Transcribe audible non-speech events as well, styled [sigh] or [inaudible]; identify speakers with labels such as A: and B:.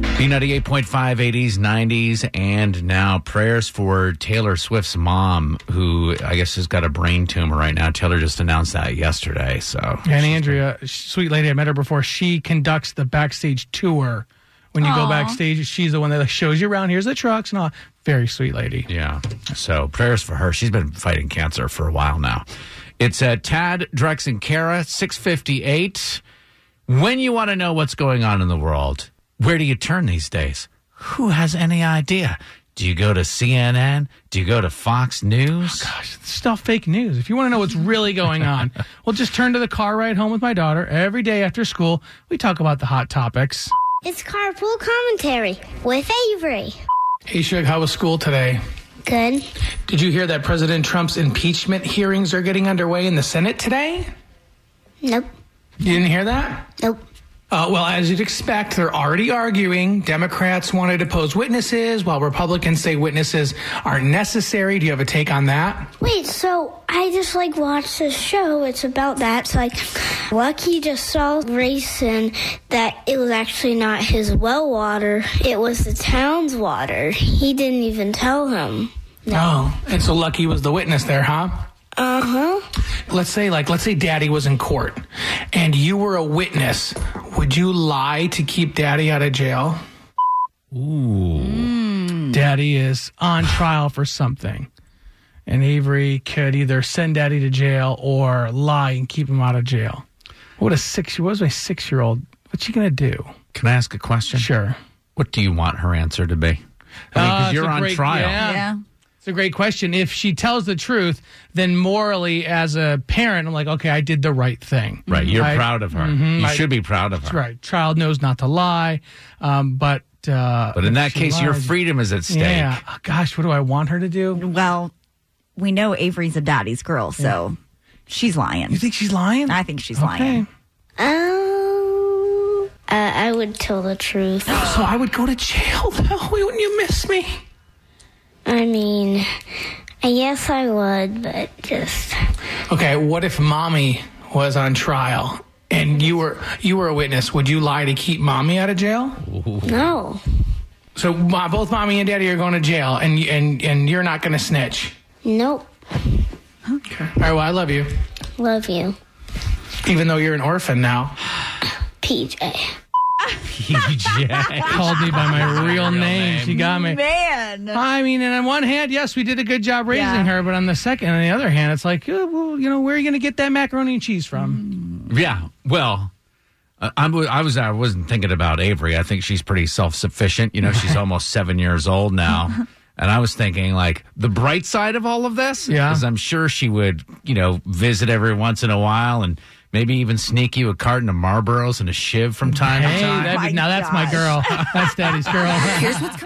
A: B98.5, 80s, 90s, and now prayers for Taylor Swift's mom, who I guess has got a brain tumor right now. Taylor just announced that yesterday. So,
B: And Andrea, sweet lady, I met her before. She conducts the backstage tour. When you go
C: Aw.
B: backstage, she's the one that shows you around. Here's the trucks and all. Very sweet lady.
A: yeah. So, prayers for her. She's been fighting cancer for a while now. It's uh, Tad, Drex, and Kara, 658. When you want to know what's going on in the world, where do you turn these days? Who has any idea? Do you go to CNN? Do you go to Fox News?
B: Gosh, this is all fake news. If you want to know what's really going [laughs] on, well, just turn to the car ride home with my daughter. Every day after school, we talk about the hot topics.
D: It's carpool commentary with Avery.
B: Hey, Shug, how was school today?
D: Good.
B: Did you hear that President Trump's impeachment hearings are getting underway in the Senate today?
D: Nope.
B: You didn't hear that?
D: Nope.
B: Uh, well, as you'd expect, they're already arguing. Democrats want to depose witnesses, while Republicans say witnesses aren't necessary. Do you have a take on that?
D: Wait, so I just like watched this show. It's about that. It's like Lucky just saw racing that it was actually not his well water, it was the town's water. He didn't even tell him.
B: Oh, and so Lucky was the witness there, huh?
D: Uh huh.
B: Let's say, like, let's say Daddy was in court, and you were a witness. Would you lie to keep Daddy out of jail? Ooh. Daddy is on trial for something, and Avery could either send Daddy to jail or lie and keep him out of jail. What a six! What was my six-year-old? What's she gonna do?
A: Can I ask a question?
B: Sure.
A: What do you want her answer to be? I mean,
B: Ah,
A: because
B: it's
A: you're
B: a
A: on
B: great-
A: trial.
B: yeah.
C: Yeah.
B: It's a great question. If she tells the truth, then morally, as a parent, I'm like, okay, I did the right thing.
A: Right. You're
B: I- mm-hmm.
A: proud of her. you
B: I-
A: should be proud of her.
B: Right. Child knows not to lie. Um, but uh,
A: But in that
B: she
A: case, your
B: lies.
A: freedom is at stake. [laughs]
B: Yeah. Oh, gosh, what do I want her to do?
C: Well, we know Avery's a daddy's girl, so she's lying.
B: You think she's lying?
C: I think she's
B: okay.
C: lying.
D: Um, uh, I would tell the truth.
B: So Oh, I would go to jail though. [laughs] Wouldn't you miss me?
D: I mean, yes, I would, but just.
B: Okay. What if mommy was on trial and you were you were a witness? Would you lie to keep mommy out of jail?
D: No.
B: So mo- both mommy and daddy are going to jail, and y- and and you're not going to snitch.
D: Nope.
B: Okay. All right. Well, I love you,
D: Love you.
B: even though you're an orphan now.
D: PJ.
A: PJ.
B: Called me by [laughs] my real, name.
A: name.
B: She got me.
C: Man.
B: I mean, and on one hand, yes, we did a good job raising
C: Yeah.
B: her, but on the second, on the other hand, it's like, oh, well, you know, where are you going to get that macaroni and cheese
C: Mm,
B: from?
A: yeah. Well, uh, I'm, I was I wasn't thinking about Avery. I think she's pretty self sufficient. You know,
B: [laughs]
A: she's almost seven years old now. And I was thinking, like, the bright side of all of this
B: Yeah.
A: is I'm sure she would, you know, visit every once in a while and maybe even sneak you a carton of Marlboros and a shiv from time
B: Hey,
A: to time.
B: that'd be-
C: My
B: now [laughs] that's my
C: gosh. [laughs]
B: girl. That's daddy's girl.
C: Here's what's